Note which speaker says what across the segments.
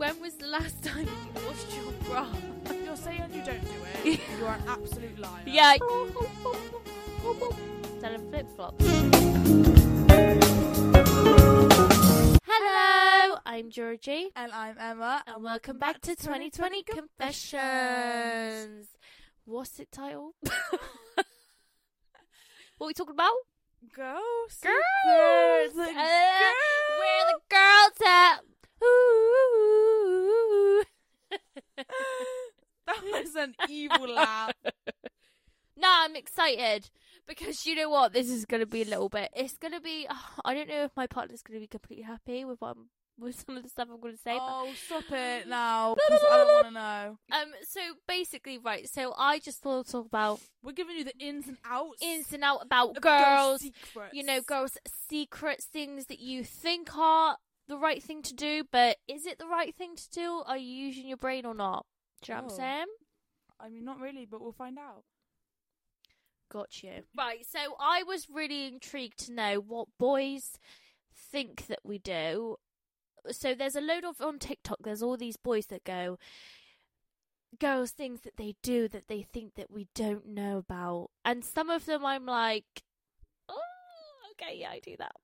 Speaker 1: last time you washed your bra?
Speaker 2: You're saying you don't do it. You're an absolute liar.
Speaker 1: Yeah. Selling flip flops. Hello, I'm Georgie,
Speaker 2: And I'm Emma.
Speaker 1: and welcome back to 2020 Confessions. What's it titled? what are we talking about?
Speaker 2: Girl.
Speaker 1: Girls!
Speaker 2: secrets.
Speaker 1: Uh, Where the girls at? Ooh.
Speaker 2: That was an evil laugh.
Speaker 1: No, I'm excited because you know what? This is going to be a little bit. It's going to be. I don't know if my partner's going to be completely happy with what I'm, with some of the stuff I'm going to say. but-
Speaker 2: Oh, stop it now. 'cause I don't want to know.
Speaker 1: um. So basically, right. So I just thought about
Speaker 2: We're giving you the ins and outs.
Speaker 1: ins and out about
Speaker 2: of
Speaker 1: girls.
Speaker 2: secrets.
Speaker 1: You know, girls' secrets, things that you think are the right thing to do, but is it the right thing to do? Are you using your brain or not? Do you know what
Speaker 2: Oh.
Speaker 1: I'm saying?
Speaker 2: I mean, not really, but we'll find out.
Speaker 1: Got you. Right, so I was really intrigued to know what boys think that we do. So there's a load of on TikTok, there's all these boys that go, girls, things that they do that they think that we don't know about. And some of them I'm like, oh, okay, yeah, I do that.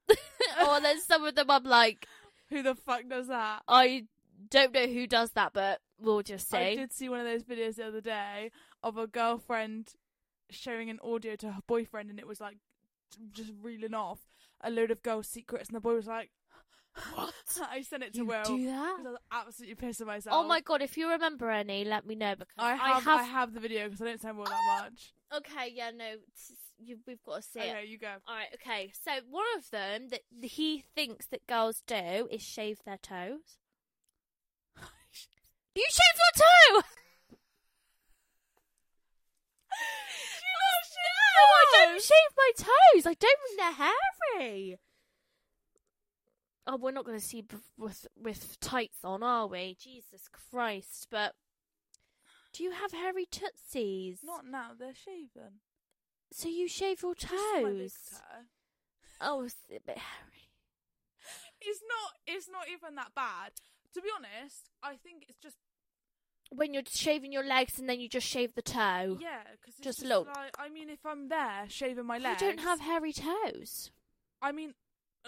Speaker 1: or then some of them I'm like,
Speaker 2: Who the fuck does that?
Speaker 1: I don't know who does that, but we'll just
Speaker 2: I
Speaker 1: say.
Speaker 2: did see one of those videos the other day of a girlfriend showing an audio to her boyfriend, and it was like just reeling off a load of girls' secrets, and the boy was like, "What?" I sent it to
Speaker 1: you
Speaker 2: Will.
Speaker 1: do that?
Speaker 2: 'cause I was absolutely pissing myself.
Speaker 1: Oh my god, if you remember any, let me know because
Speaker 2: I have, I have
Speaker 1: have
Speaker 2: the video because I don't send Will that much.
Speaker 1: Okay, yeah, no, t- you, we've got to see it.
Speaker 2: Okay, you go.
Speaker 1: All right, okay. So one of them that he thinks that girls do is shave their toes. You shave your toe. no, I don't shave my toes. I don't when they're hairy. Oh, we're not going to see b- with with tights on, are we? Jesus Christ! But do you have hairy tootsies?
Speaker 2: Not now. They're shaven.
Speaker 1: So you shave your toes?
Speaker 2: Just my big toe.
Speaker 1: Oh, it's a bit hairy.
Speaker 2: It's not. It's not even that bad. To be honest, I think it's just
Speaker 1: When you're shaving your legs and then you just shave the toe.
Speaker 2: Yeah, because
Speaker 1: Just
Speaker 2: just,
Speaker 1: a little-
Speaker 2: Like, I mean, if I'm there shaving my
Speaker 1: I
Speaker 2: legs,
Speaker 1: don't have hairy toes.
Speaker 2: I mean,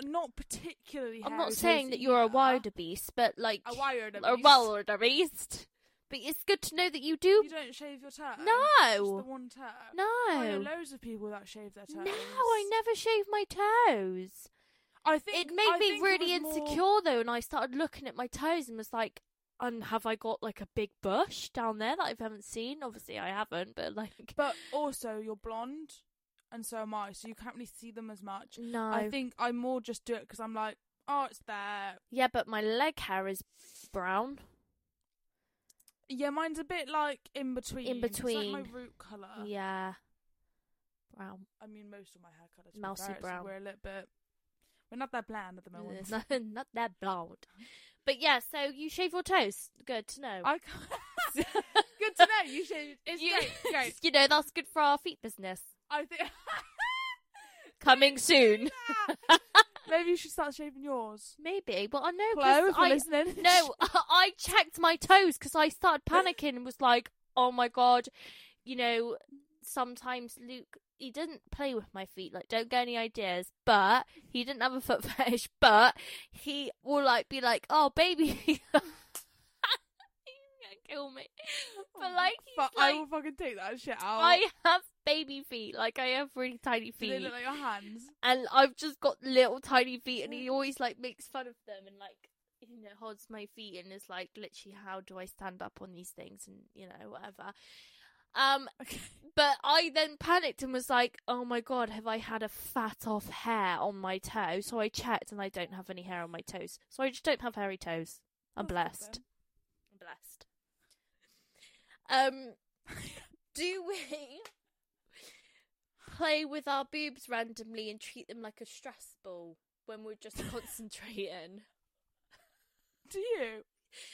Speaker 2: not particularly.
Speaker 1: I'm
Speaker 2: hairy
Speaker 1: not
Speaker 2: toes
Speaker 1: saying that you're a
Speaker 2: either.
Speaker 1: wilder beast, but like
Speaker 2: A wired.
Speaker 1: a wilder beast. But it's good to know that you do.
Speaker 2: You don't shave your toe. Just the
Speaker 1: no,
Speaker 2: one toe.
Speaker 1: no,
Speaker 2: I know loads of people that shave their toes.
Speaker 1: no. I never shave my toes.
Speaker 2: I think
Speaker 1: it made
Speaker 2: I
Speaker 1: me
Speaker 2: think
Speaker 1: really
Speaker 2: it was more-
Speaker 1: insecure though, and I started looking at my toes and was like, "And have I got like a big bush down there that I haven't seen? Obviously, I haven't, but like,
Speaker 2: But also, you're blonde, and so am I. So you can't really see them as much.
Speaker 1: no.
Speaker 2: I think I more just do it because I'm like, oh, it's there.
Speaker 1: yeah, but my leg hair is brown.
Speaker 2: Yeah, mine's a bit like in between. It's like
Speaker 1: between.
Speaker 2: my root color.
Speaker 1: Yeah. Brown.
Speaker 2: I mean, most of my hair colours.
Speaker 1: Mousy brown.
Speaker 2: We're a little bit. We're not that bland at the moment.
Speaker 1: Not, Uh, not that blonde. But yeah, so you shave your toes. Good to know.
Speaker 2: I can't. Good to know. You should. It's
Speaker 1: You-
Speaker 2: great. great.
Speaker 1: you know, that's good for our feet business.
Speaker 2: I think.
Speaker 1: Coming soon.
Speaker 2: Maybe you should start shaving yours.
Speaker 1: Maybe, but I know
Speaker 2: Hello,
Speaker 1: 'cause
Speaker 2: if you're
Speaker 1: I,
Speaker 2: listening.
Speaker 1: No, I checked my toes because I started panicking and was like, oh my god, you know, sometimes Luke, he didn't play with my feet, like, don't get any ideas, but he didn't have a foot fetish, but he will, like, be like, oh, baby. You're gonna Kill me, but like, he's
Speaker 2: But Oh I
Speaker 1: like
Speaker 2: will fucking take that shit out.
Speaker 1: I have baby feet, like I have really tiny
Speaker 2: Do they
Speaker 1: feet,
Speaker 2: look like your hands?
Speaker 1: and I've just got little tiny feet, and he always like makes fun of them and like you know holds my feet and is like, literally, how do I stand up on these things and you know whatever. Um,
Speaker 2: Okay.
Speaker 1: but I then panicked and was like, oh my god, have I had a fat off hair on my toe? So I checked, and I don't have any hair on my toes, so I just don't have hairy toes. I'm
Speaker 2: That's good
Speaker 1: blessed.
Speaker 2: then.
Speaker 1: I'm blessed. Um, do we play with our boobs randomly and treat them like a stress ball when we're just concentrating?
Speaker 2: Do you?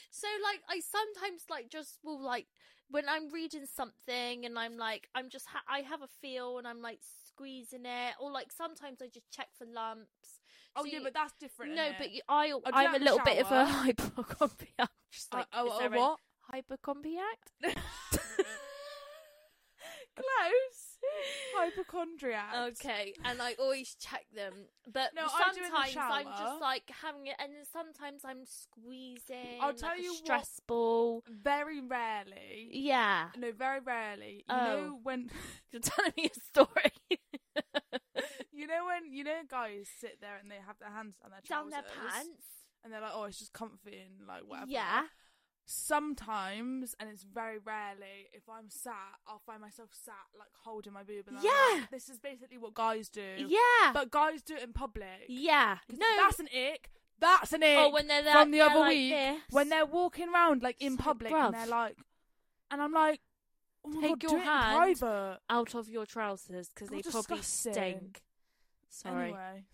Speaker 1: So, like, I sometimes like just will like when I'm reading something and I'm like, I'm just, ha- I have a feel and I'm like squeezing it, or like sometimes I just check for lumps.
Speaker 2: Oh
Speaker 1: So
Speaker 2: yeah,
Speaker 1: you-
Speaker 2: but that's different.
Speaker 1: no,
Speaker 2: innit?
Speaker 1: but you, I,
Speaker 2: Oh, do
Speaker 1: I'm a
Speaker 2: that in the
Speaker 1: little bit of a
Speaker 2: shower.
Speaker 1: hypochondriac. I'm Just like,
Speaker 2: uh,
Speaker 1: is
Speaker 2: oh,
Speaker 1: there
Speaker 2: oh,
Speaker 1: a
Speaker 2: what?
Speaker 1: hypochondriac?
Speaker 2: Close. Hypochondriac.
Speaker 1: Okay, and I always check them, but
Speaker 2: No, I do in the
Speaker 1: sometimes I'm
Speaker 2: shower.
Speaker 1: just like having it, and then sometimes I'm squeezing.
Speaker 2: I'll tell
Speaker 1: like a
Speaker 2: you what-
Speaker 1: stress ball.
Speaker 2: Very rarely.
Speaker 1: Yeah,
Speaker 2: No, very rarely. You
Speaker 1: Oh.
Speaker 2: know when
Speaker 1: you're telling me a story
Speaker 2: you know when you know guys sit there and they have their hands on their
Speaker 1: down
Speaker 2: trousers
Speaker 1: their pants.
Speaker 2: and they're like, oh, it's just comfy and like whatever.
Speaker 1: Yeah,
Speaker 2: Sometimes, and it's very rarely, if I'm sat, I'll find myself sat like holding my boob. And I'm
Speaker 1: Yeah.
Speaker 2: like, this is basically what guys do.
Speaker 1: yeah,
Speaker 2: But guys do it in public.
Speaker 1: yeah.
Speaker 2: 'Cause
Speaker 1: No,
Speaker 2: That's an ick. That's an ick.
Speaker 1: oh, when they're like,
Speaker 2: from the
Speaker 1: they're
Speaker 2: other
Speaker 1: like
Speaker 2: week,
Speaker 1: this.
Speaker 2: when they're walking around like in
Speaker 1: It's like,
Speaker 2: public
Speaker 1: bruv.
Speaker 2: and they're like, and I'm like, oh my
Speaker 1: Take
Speaker 2: God,
Speaker 1: your
Speaker 2: do
Speaker 1: hand.
Speaker 2: it in private.
Speaker 1: out of your trousers because they
Speaker 2: You're
Speaker 1: probably
Speaker 2: disgusting.
Speaker 1: stink. Sorry.
Speaker 2: Anyway,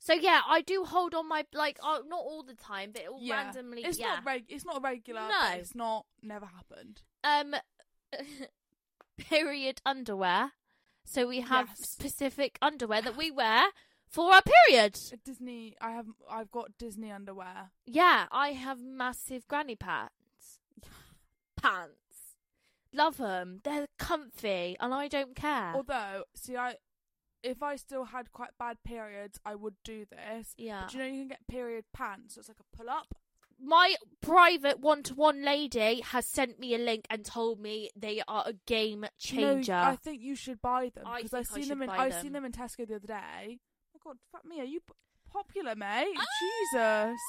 Speaker 1: So yeah, I do hold on my like uh, not all the time, but it'll
Speaker 2: Yeah.
Speaker 1: randomly.
Speaker 2: it's
Speaker 1: yeah.
Speaker 2: not reg. It's not regular. but
Speaker 1: No.
Speaker 2: it's not. Never happened.
Speaker 1: um period underwear. So we have
Speaker 2: Yes.
Speaker 1: specific underwear that we wear for our period.
Speaker 2: At Disney. I have. I've got Disney underwear.
Speaker 1: Yeah, I have massive granny pants. Pants. Love them. They're comfy and I don't care.
Speaker 2: Although, see, I if I still had quite bad periods, I would do this.
Speaker 1: yeah.
Speaker 2: But you know, you can get period pants. So it's like a pull up.
Speaker 1: My private one to one lady has sent me a link and told me they are a game changer.
Speaker 2: No, I think you should buy them
Speaker 1: I
Speaker 2: because I,
Speaker 1: think I
Speaker 2: seen them
Speaker 1: should
Speaker 2: in
Speaker 1: buy
Speaker 2: I
Speaker 1: them.
Speaker 2: seen them in Tesco the other day. Oh God, fuck me, are you p- popular, mate?
Speaker 1: Ah!
Speaker 2: Jesus.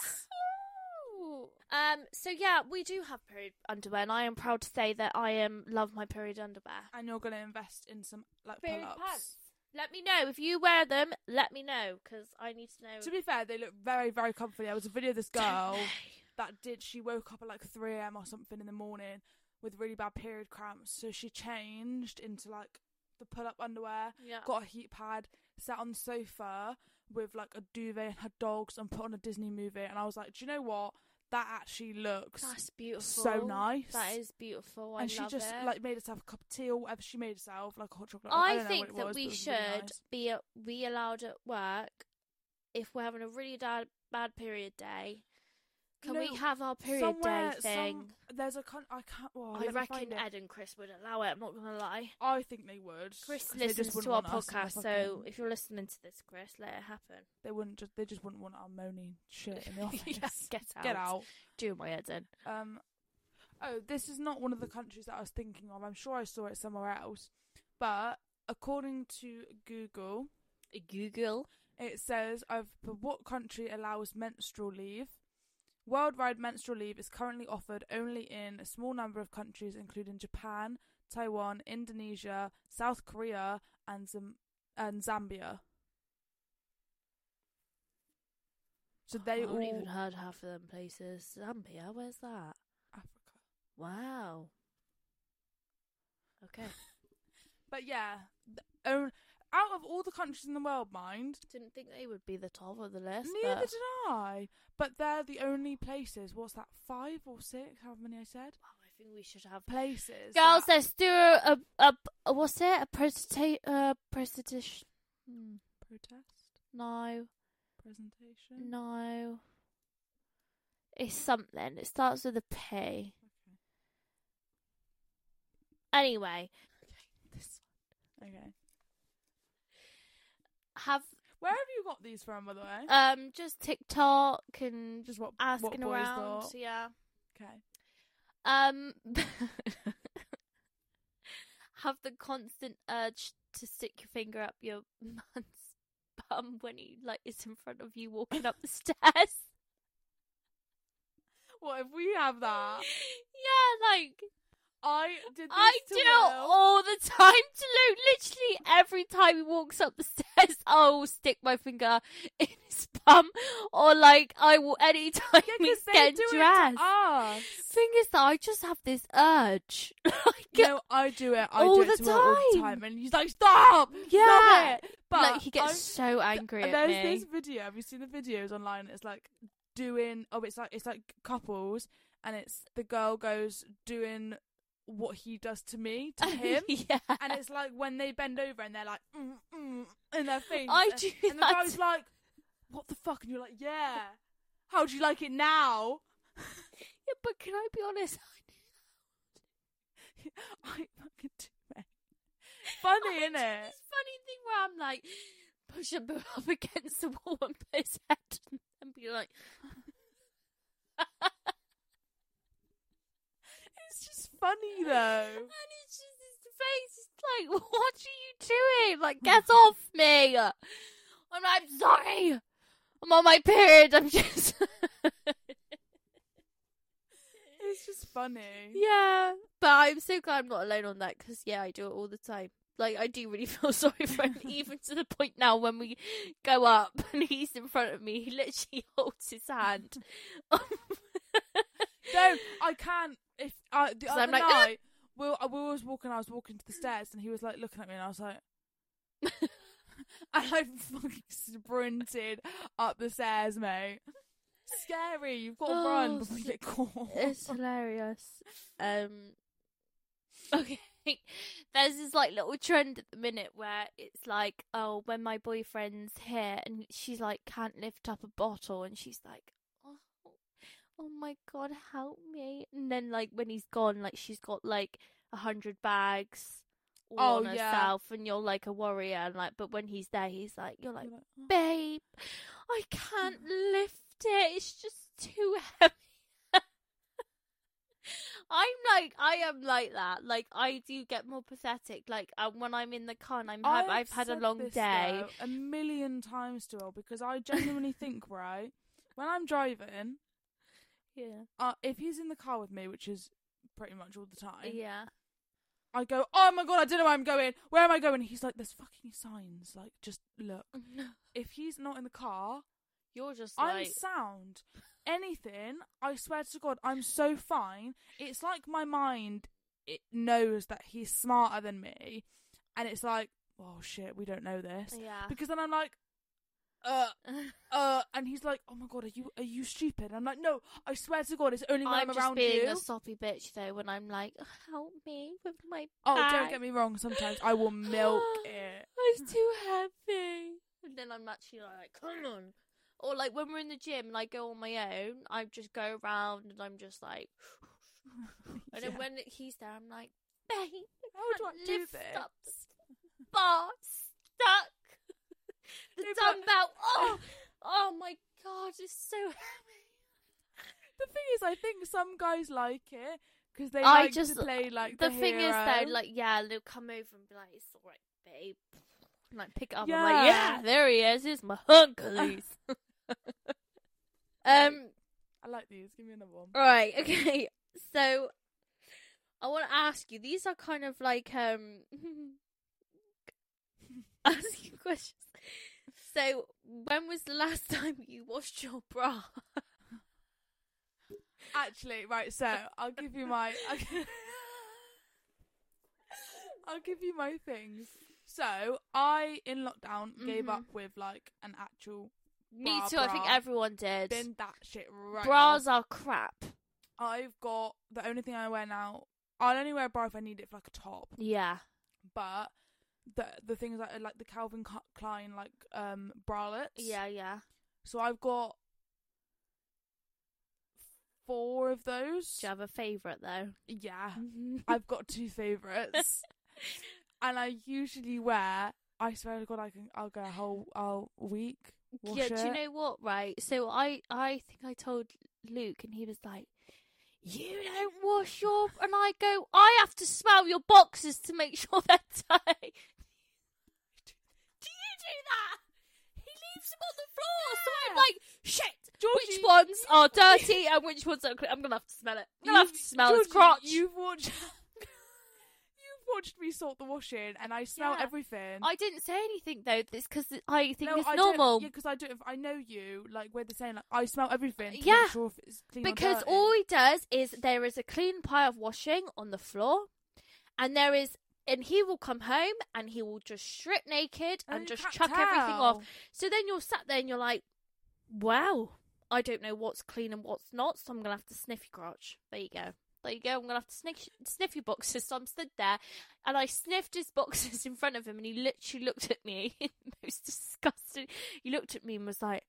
Speaker 1: Ooh. Um, so yeah, we do have period underwear, and I am proud to say that I am love my period underwear.
Speaker 2: And you're gonna invest in some like
Speaker 1: Period
Speaker 2: pull-ups.
Speaker 1: pants. Let me know if you wear them. Let me know because I need to know.
Speaker 2: To be fair, they look very, very comfy. There was a video of this girl that did. She woke up at like 3 a.m. or something in the morning with really bad period cramps, so she changed into like the pull-up underwear.
Speaker 1: yeah.
Speaker 2: Got a heat pad, sat on the sofa with like a duvet and her dogs, and put on a Disney movie. And I was like, do you know what? That actually looks
Speaker 1: That's beautiful.
Speaker 2: so nice.
Speaker 1: That is beautiful. I
Speaker 2: and she
Speaker 1: love
Speaker 2: just
Speaker 1: it.
Speaker 2: like made herself a cup of tea or whatever she made herself, like a hot chocolate. I,
Speaker 1: I,
Speaker 2: don't know
Speaker 1: think
Speaker 2: what it
Speaker 1: that
Speaker 2: was, but it
Speaker 1: we
Speaker 2: was
Speaker 1: should
Speaker 2: really nice.
Speaker 1: be a- be allowed at work if we're having a really bad bad period day.
Speaker 2: You
Speaker 1: Can
Speaker 2: know,
Speaker 1: we have our period day
Speaker 2: Somewhere,
Speaker 1: thing?
Speaker 2: Some, there's a con- I can't. Well,
Speaker 1: I
Speaker 2: let me
Speaker 1: reckon
Speaker 2: find it.
Speaker 1: Ed and Chris would allow it. I'm not gonna lie.
Speaker 2: I think they would.
Speaker 1: Chris
Speaker 2: 'cause they just
Speaker 1: listens to
Speaker 2: wouldn't
Speaker 1: our
Speaker 2: want us in their
Speaker 1: podcast, so
Speaker 2: fucking-
Speaker 1: if you're listening to this, Chris, let it happen.
Speaker 2: they wouldn't just. They just wouldn't want our moaning shit in the office.
Speaker 1: Yeah, get out.
Speaker 2: Oh, Get out.
Speaker 1: Do my head in.
Speaker 2: Um, oh, this is not one of the countries that I was thinking of. I'm sure I saw it somewhere else, but according to Google,
Speaker 1: Google.
Speaker 2: It says, "I've but what country allows menstrual leave? Worldwide menstrual leave is currently offered only in a small number of countries, including Japan, Taiwan, Indonesia, South Korea, and Zim- and Zambia. So
Speaker 1: I
Speaker 2: they all
Speaker 1: haven't even heard half of them places. Zambia, where's that?
Speaker 2: Africa.
Speaker 1: Wow. Okay.
Speaker 2: But yeah, th- own- out of all the countries in the world, mind,
Speaker 1: Didn't think they would be the top of the list.
Speaker 2: neither
Speaker 1: but...
Speaker 2: did I. But they're the only places. What's that? Five or six? How many I said?
Speaker 1: Wow, I think we should have.
Speaker 2: places.
Speaker 1: Girls,
Speaker 2: that-
Speaker 1: let's do a, a, a what's it? A presenta- uh, presentation. Hmm.
Speaker 2: protest
Speaker 1: No, Hmm.
Speaker 2: presentation.
Speaker 1: no. It's something. It starts with a P. Anyway,
Speaker 2: This one. Okay.
Speaker 1: have
Speaker 2: Where have you got these from, by the way?
Speaker 1: um just TikTok and
Speaker 2: Just what what
Speaker 1: asking
Speaker 2: boys
Speaker 1: around.
Speaker 2: thought.
Speaker 1: Yeah.
Speaker 2: Okay.
Speaker 1: Um. have the constant urge to stick your finger up your man's bum when he like is in front of you walking up the stairs.
Speaker 2: What if we have that?
Speaker 1: yeah, like
Speaker 2: I did this
Speaker 1: I
Speaker 2: to
Speaker 1: do it
Speaker 2: Will.
Speaker 1: all the time to Luke. Literally every time he walks up the stairs, I'll stick my finger in his bum, or like I will anytime
Speaker 2: Yeah,
Speaker 1: he's
Speaker 2: 'cause they
Speaker 1: getting
Speaker 2: do it to
Speaker 1: dressed.
Speaker 2: us.
Speaker 1: Thing is that I just have this urge. like,
Speaker 2: No, I do it. I
Speaker 1: All
Speaker 2: do it
Speaker 1: the
Speaker 2: to Will all the
Speaker 1: time.
Speaker 2: time, and he's like, "Stop!"
Speaker 1: Yeah.
Speaker 2: Stop it. But
Speaker 1: like he gets
Speaker 2: I'm-
Speaker 1: so angry
Speaker 2: And
Speaker 1: at
Speaker 2: there's
Speaker 1: me.
Speaker 2: this video. Have you seen the videos online? It's like doing. Oh, it's like it's like couples, and it's the girl goes doing what he does to me to him.
Speaker 1: yeah.
Speaker 2: and it's like when they bend over and they're like mm, mm, in their face.
Speaker 1: I
Speaker 2: and,
Speaker 1: do
Speaker 2: and the
Speaker 1: that.
Speaker 2: guy's like, "What the fuck?" And you're like, "Yeah." How do you like it now?
Speaker 1: Yeah, but can I be honest?
Speaker 2: I fucking do, mate. Funny,
Speaker 1: I do
Speaker 2: isn't it?
Speaker 1: This funny thing where I'm like, push him up against the wall and put his head and be like,
Speaker 2: It's just funny though.
Speaker 1: And it's just his face is like, what are you doing? Like, get off me. I'm like, I'm sorry. I'm on my period. I'm just.
Speaker 2: It's just funny.
Speaker 1: yeah. But I'm so glad I'm not alone on that because, yeah, I do it all the time. Like, I do really feel sorry for him, even to the point now when we go up and he's in front of me, he literally holds his hand.
Speaker 2: No, I can't. If I the
Speaker 1: 'Cause
Speaker 2: other
Speaker 1: I'm like, "Ah!"
Speaker 2: night, we were, we was walking. I was walking to the stairs, and he was like looking at me, and I was like, and I fucking sprinted up the stairs, mate. Scary. You've got to
Speaker 1: Oh,
Speaker 2: run before you
Speaker 1: so-
Speaker 2: get caught.
Speaker 1: It's hilarious. Um Okay. There's this like little trend at the minute where it's like, oh, when my boyfriend's here and she's like can't lift up a bottle and she's like, Oh, oh my god, help me and then like when he's gone, like she's got like a hundred bags all
Speaker 2: Oh,
Speaker 1: on
Speaker 2: yeah.
Speaker 1: herself and you're like a warrior and like but when he's there he's like you're like
Speaker 2: You're like, "Oh."
Speaker 1: babe, I can't lift it. It's just too heavy. I'm like, I am like that. Like, I do get more pathetic. Like, uh, when I'm in the car and I'm have, I've had a
Speaker 2: said
Speaker 1: long
Speaker 2: this,
Speaker 1: day.
Speaker 2: though, a million times to her because I genuinely think right when I'm driving,
Speaker 1: Yeah.
Speaker 2: uh, if he's in the car with me, which is pretty much all the time,
Speaker 1: Yeah.
Speaker 2: I go, oh my god, I don't know where I'm going. Where am I going? He's like, there's fucking signs. Like, just look. If he's not in the car,
Speaker 1: You're just
Speaker 2: I'm
Speaker 1: like,
Speaker 2: sound. Anything, I swear to God, I'm so fine. It's like my mind it knows that he's smarter than me, and it's like, oh shit, we don't know this.
Speaker 1: yeah.
Speaker 2: Because then I'm like, uh, uh, and he's like, oh my god, are you are you stupid? I'm like, no, I swear to God, it's only when
Speaker 1: I'm
Speaker 2: I'm,
Speaker 1: just
Speaker 2: around
Speaker 1: being
Speaker 2: you.
Speaker 1: a soppy bitch though when I'm like, help me with my.
Speaker 2: oh,
Speaker 1: bag.
Speaker 2: don't get me wrong. Sometimes I will milk it.
Speaker 1: It's too heavy. And then I'm actually like, come on. Or like when we're in the gym and I go on my own, I just go around and I'm just like, and then
Speaker 2: Yeah.
Speaker 1: when he's there, I'm like, babe,
Speaker 2: How
Speaker 1: can't
Speaker 2: do I do
Speaker 1: lift
Speaker 2: this?
Speaker 1: up this bar stuck. the
Speaker 2: No, but-
Speaker 1: dumbbell. Oh, oh my god, it's so heavy.
Speaker 2: The thing is, I think some guys like it because they
Speaker 1: I
Speaker 2: like
Speaker 1: just-
Speaker 2: to play like
Speaker 1: The,
Speaker 2: the,
Speaker 1: thing is
Speaker 2: hero.
Speaker 1: though, like yeah, they'll come over and be like, it's all right, babe. And like pick it up. I'm
Speaker 2: Yeah.
Speaker 1: like, yeah, there he is. Here's my hunkies. um.
Speaker 2: I like these. Give me another one.
Speaker 1: Right, okay. So I want to ask you, these are kind of like um ask you questions. So when was the last time you washed your bra?
Speaker 2: Actually, right. So I'll give you my. I'll gi- I'll give you my things. So I in lockdown gave
Speaker 1: Mhm.
Speaker 2: up with like an actual
Speaker 1: Me
Speaker 2: Bra,
Speaker 1: too, I think
Speaker 2: bra.
Speaker 1: everyone did.
Speaker 2: bin that shit right. off.
Speaker 1: Bras are crap.
Speaker 2: I've got the only thing I wear now. I'll only wear a bra if I need it for like a top.
Speaker 1: Yeah.
Speaker 2: But the the things that are like the Calvin Ca- Klein like um bralettes.
Speaker 1: Yeah, yeah.
Speaker 2: So I've got four of those.
Speaker 1: Do you have a favourite though?
Speaker 2: Yeah. I've got two favourites. and I usually wear I swear to God I can I'll go a whole I'll week. Wash
Speaker 1: yeah, do you
Speaker 2: it.
Speaker 1: know what, right? So I I think I told Luke and he was like you don't wash your and I go, I have to smell your boxes to make sure they're tight. Do you do that? He leaves them on the floor, so I'm
Speaker 2: Yeah.
Speaker 1: like, shit.
Speaker 2: Georgie,
Speaker 1: Which ones are dirty and which ones are clean? I'm gonna have to smell it. I'm gonna have to
Speaker 2: you've-
Speaker 1: smell his
Speaker 2: Georgie,
Speaker 1: crotch.
Speaker 2: You've watched You've watched me sort the washing and I smell
Speaker 1: Yeah.
Speaker 2: everything.
Speaker 1: I didn't say anything though, this because I think it's
Speaker 2: I don't-
Speaker 1: normal.
Speaker 2: Yeah, because I do. If I know you, like we're the same. Like I smell everything. To
Speaker 1: Yeah.
Speaker 2: make sure if it's clean or
Speaker 1: Because
Speaker 2: dirty.
Speaker 1: all he does is there is a clean pile of washing on the floor, and there is, and he will come home and he will just strip naked and,
Speaker 2: you
Speaker 1: just
Speaker 2: can't
Speaker 1: chuck everything off.
Speaker 2: tell.
Speaker 1: So then you're sat there and you're like, wow, I don't know what's clean and what's not, so I'm gonna have to sniff your crotch. There you go. there you go. I'm gonna have to sniff, sniff your boxes. So I'm stood there, and I sniffed his boxes in front of him, and he literally looked at me. in the most disgusting. He looked at me and was like,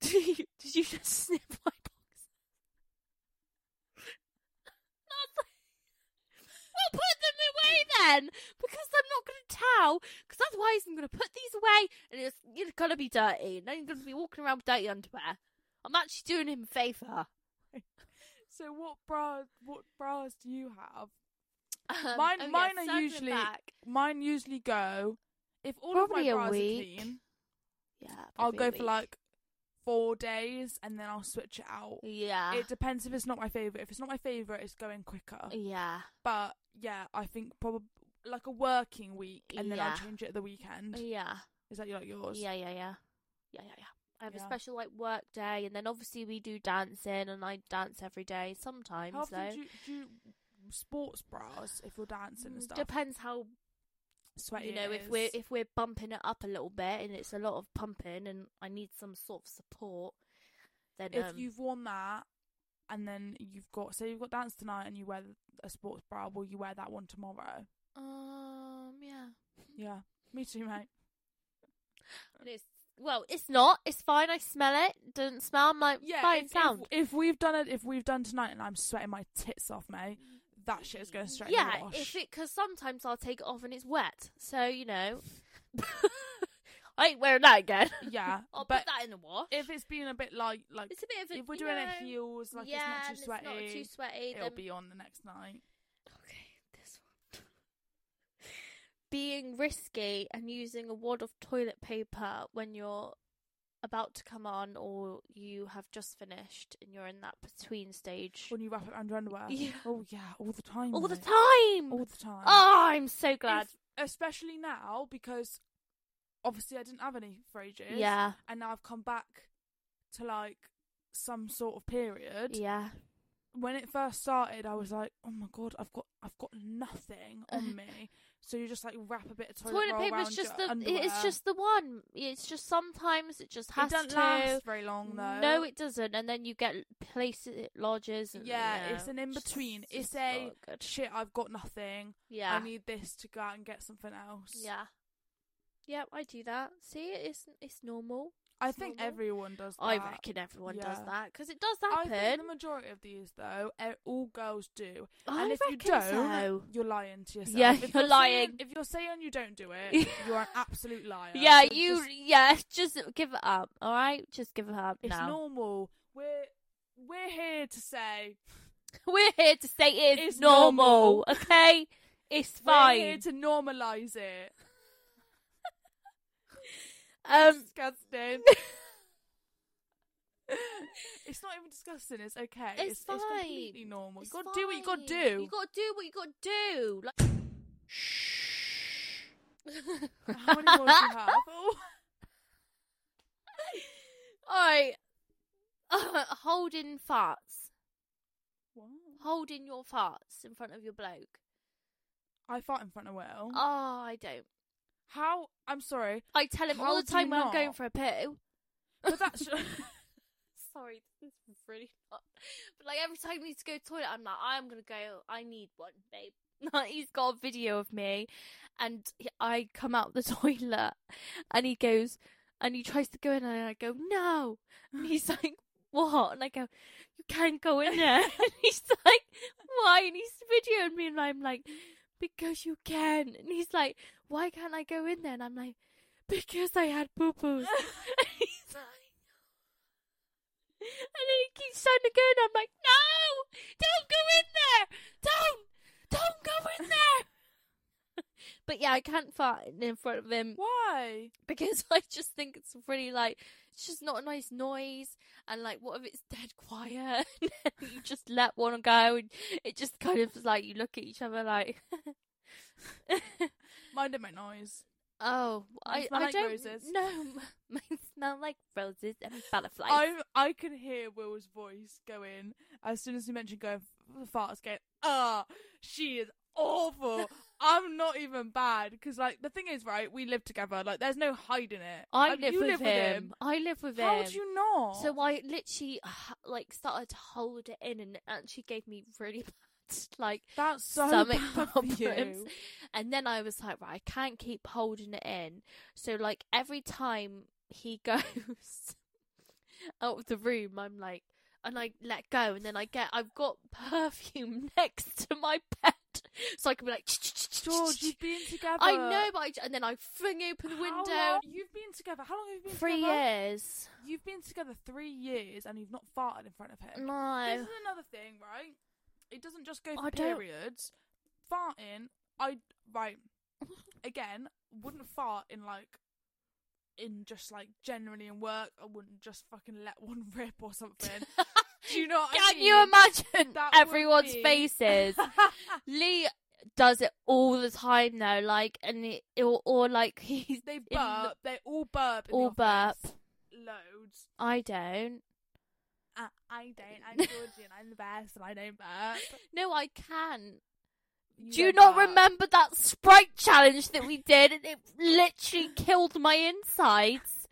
Speaker 1: "Did you, did you just sniff my boxes?" And I was like, well, put them away then, because I'm not going to tell. Because otherwise, I'm going to put these away, and it's you're going to be dirty, and then you're going to be walking around with dirty underwear. I'm actually doing him a favour.
Speaker 2: So what bras? What bras do you have?
Speaker 1: Um,
Speaker 2: Mine-
Speaker 1: oh yeah,
Speaker 2: mine are
Speaker 1: circling
Speaker 2: usually-
Speaker 1: back.
Speaker 2: Mine usually go if all
Speaker 1: Probably a
Speaker 2: of my bras
Speaker 1: week.
Speaker 2: are clean,
Speaker 1: Yeah,
Speaker 2: I'll
Speaker 1: probably
Speaker 2: go
Speaker 1: a
Speaker 2: for
Speaker 1: week.
Speaker 2: like four days and then I'll switch it out.
Speaker 1: yeah,
Speaker 2: It depends if it's not my favorite. If it's not my favorite, it's going quicker.
Speaker 1: yeah,
Speaker 2: But yeah, I think probably like a working week and then
Speaker 1: Yeah.
Speaker 2: I'll change it at the weekend.
Speaker 1: yeah,
Speaker 2: Is that like yours?
Speaker 1: yeah, yeah, yeah, yeah, yeah, yeah. I have a
Speaker 2: Yeah.
Speaker 1: special like work day, and then obviously we do dancing, and I dance every day sometimes.
Speaker 2: How often
Speaker 1: though.
Speaker 2: do you, do you sports bras if you're dancing and
Speaker 1: Mm,
Speaker 2: stuff?
Speaker 1: Depends how
Speaker 2: Sweaty
Speaker 1: you know
Speaker 2: it
Speaker 1: if we're
Speaker 2: is.
Speaker 1: if we're bumping it up a little bit and it's a lot of pumping and I need some sort of support. Then
Speaker 2: if
Speaker 1: um,
Speaker 2: you've worn that and then you've got say you've got dance tonight and you wear a sports bra, will you wear that one tomorrow?
Speaker 1: um yeah,
Speaker 2: Yeah, me too, mate.
Speaker 1: And it's well, it's not. It's fine. I smell it. Doesn't smell. I'm like
Speaker 2: Yeah,
Speaker 1: fine
Speaker 2: if,
Speaker 1: sound.
Speaker 2: If, if we've done it, if we've done tonight, and I'm sweating my tits off, mate, that shit is going straight
Speaker 1: yeah,
Speaker 2: in the wash.
Speaker 1: if it because sometimes I'll take it off and it's wet. So you know, I ain't wearing that again.
Speaker 2: yeah,
Speaker 1: I'll
Speaker 2: but
Speaker 1: put that in the wash.
Speaker 2: if it's been a bit like like
Speaker 1: it's a bit of a
Speaker 2: if we're
Speaker 1: you
Speaker 2: doing
Speaker 1: know,
Speaker 2: it heels, like
Speaker 1: yeah, and
Speaker 2: it's not too sweaty,
Speaker 1: It's not too sweaty.
Speaker 2: it'll
Speaker 1: Then
Speaker 2: be on the next night.
Speaker 1: Okay, this one. Being risky and using a wad of toilet paper when you're about to come on or you have just finished and you're in that between stage.
Speaker 2: When you wrap it around your underwear.
Speaker 1: Yeah.
Speaker 2: Oh yeah, all the time.
Speaker 1: All the
Speaker 2: mate.
Speaker 1: time!
Speaker 2: All the time.
Speaker 1: oh, I'm so glad.
Speaker 2: If- especially now because obviously I didn't have any for ages.
Speaker 1: yeah,
Speaker 2: And now I've come back to like some sort of period.
Speaker 1: yeah.
Speaker 2: When it first started, I was like, "Oh my god, I've got, I've got nothing on me." so you just like wrap a bit of toilet,
Speaker 1: Toilet,
Speaker 2: roll
Speaker 1: paper is
Speaker 2: around
Speaker 1: just
Speaker 2: your
Speaker 1: the
Speaker 2: underwear.
Speaker 1: it's just the one. It's just sometimes it just
Speaker 2: it
Speaker 1: has
Speaker 2: doesn't
Speaker 1: to.
Speaker 2: last very long though.
Speaker 1: No, it doesn't, and then you get places, lodges. And,
Speaker 2: Yeah,
Speaker 1: you
Speaker 2: it's
Speaker 1: know,
Speaker 2: an in between. It's
Speaker 1: just-
Speaker 2: a
Speaker 1: not good.
Speaker 2: shit. I've got nothing.
Speaker 1: Yeah,
Speaker 2: I need this to go out and get something else.
Speaker 1: Yeah. Yeah, I do that. See, it's it's normal.
Speaker 2: I
Speaker 1: It's
Speaker 2: think
Speaker 1: normal.
Speaker 2: everyone does. That.
Speaker 1: I reckon everyone does
Speaker 2: yeah.
Speaker 1: that because it does
Speaker 2: I
Speaker 1: happen.
Speaker 2: think the majority of these, though, e- all girls do.
Speaker 1: I
Speaker 2: and if you
Speaker 1: reckon
Speaker 2: don't,
Speaker 1: so.
Speaker 2: you're lying to yourself.
Speaker 1: Yeah,
Speaker 2: If
Speaker 1: you're
Speaker 2: saying-
Speaker 1: lying.
Speaker 2: if you're saying you don't do it, you're an absolute liar.
Speaker 1: Yeah,
Speaker 2: And
Speaker 1: you.
Speaker 2: just-
Speaker 1: Yeah, just give it up. All right, just give it up
Speaker 2: it's
Speaker 1: now.
Speaker 2: normal. We're we're here to say
Speaker 1: We're here to say it's,
Speaker 2: It's
Speaker 1: normal,
Speaker 2: normal.
Speaker 1: Okay, it's
Speaker 2: We're here
Speaker 1: fine.
Speaker 2: to normalise it.
Speaker 1: Um,
Speaker 2: disgusting. it's not even disgusting. It's okay.
Speaker 1: It's
Speaker 2: it's
Speaker 1: fine.
Speaker 2: completely normal.
Speaker 1: it's
Speaker 2: You got to do what you got to
Speaker 1: fine.
Speaker 2: do.
Speaker 1: You got to do what you got to do. Like...
Speaker 2: How many more do you have? Oh.
Speaker 1: Alright. holding farts. Holding your farts in front of your bloke.
Speaker 2: I fart in front of Will.
Speaker 1: Oh, I don't.
Speaker 2: How? I'm sorry,
Speaker 1: I tell him
Speaker 2: How
Speaker 1: all the
Speaker 2: do
Speaker 1: time
Speaker 2: you
Speaker 1: when I'm going
Speaker 2: not?
Speaker 1: for a poo.
Speaker 2: but that's
Speaker 1: Sorry, this is really not. But like every time we need to go to the toilet, I'm like, I'm gonna go. I need one, babe. Like, He's got a video of me, and he- I come out the toilet, and he goes, and he tries to go in, and I go, no. And he's like, what? And I go, you can't go in there. and he's like, why? And he's videoing me, and I'm like, because you can. And he's like, why can't I go in there? And I'm like, because I had poo poos. and he's like, and then he keeps trying to go, and I'm like, no, don't go in there, don't, don't go in there. but yeah, I can't fart in front of him
Speaker 2: why.
Speaker 1: because I just think it's really like it's just not a nice noise, and like what if it's dead quiet? and you just let one go, and it just kind of is like you look at each other like.
Speaker 2: Mine didn't make noise.
Speaker 1: Oh,
Speaker 2: Mine
Speaker 1: I,
Speaker 2: smell
Speaker 1: I
Speaker 2: like
Speaker 1: don't
Speaker 2: roses.
Speaker 1: no, mine smell like roses and butterflies.
Speaker 2: I I can hear Will's voice going as soon as you mentioned going f- farts. Going, ah, she is awful. I'm not even bad because, like, the thing is, right? We live together. Like, there's no hiding it.
Speaker 1: I
Speaker 2: Like,
Speaker 1: live,
Speaker 2: you
Speaker 1: with, him. I live with
Speaker 2: How
Speaker 1: him.
Speaker 2: would you not?
Speaker 1: So I literally uh, like started to hold it in, and it actually gave me really bad like
Speaker 2: that's so
Speaker 1: stomach
Speaker 2: bad for
Speaker 1: problems.
Speaker 2: you.
Speaker 1: And then I was like, right, I can't keep holding it in. So like every time he goes out of the room, I'm like, and I let go, and then I get, I've got perfume next to my bed, so I can be like,
Speaker 2: George, you've been together.
Speaker 1: I know, but I, and then I fling open the
Speaker 2: How
Speaker 1: window.
Speaker 2: long- You've been together. How long have you been
Speaker 1: Three
Speaker 2: together?
Speaker 1: years.
Speaker 2: You've been together three years and you've not farted in front of him.
Speaker 1: No.
Speaker 2: This is another thing, right? It doesn't just go for
Speaker 1: I don't-
Speaker 2: periods. Farting, I right again wouldn't fart in like in just like generally in work. I wouldn't just fucking let one rip or something. Do you know? What I
Speaker 1: Can
Speaker 2: mean?
Speaker 1: you imagine
Speaker 2: That would
Speaker 1: everyone's
Speaker 2: be-
Speaker 1: faces? Lee does it all the time though, like and it, or, or like he's
Speaker 2: they
Speaker 1: in the-
Speaker 2: burp. They all burp. In
Speaker 1: all
Speaker 2: the office.
Speaker 1: burp.
Speaker 2: Loads.
Speaker 1: I don't.
Speaker 2: Uh, I don't. I'm Georgian. I'm the best, and I don't burp.
Speaker 1: No, I can. Do you
Speaker 2: don't
Speaker 1: not
Speaker 2: burp.
Speaker 1: remember that sprite challenge that we did and it literally killed my insides?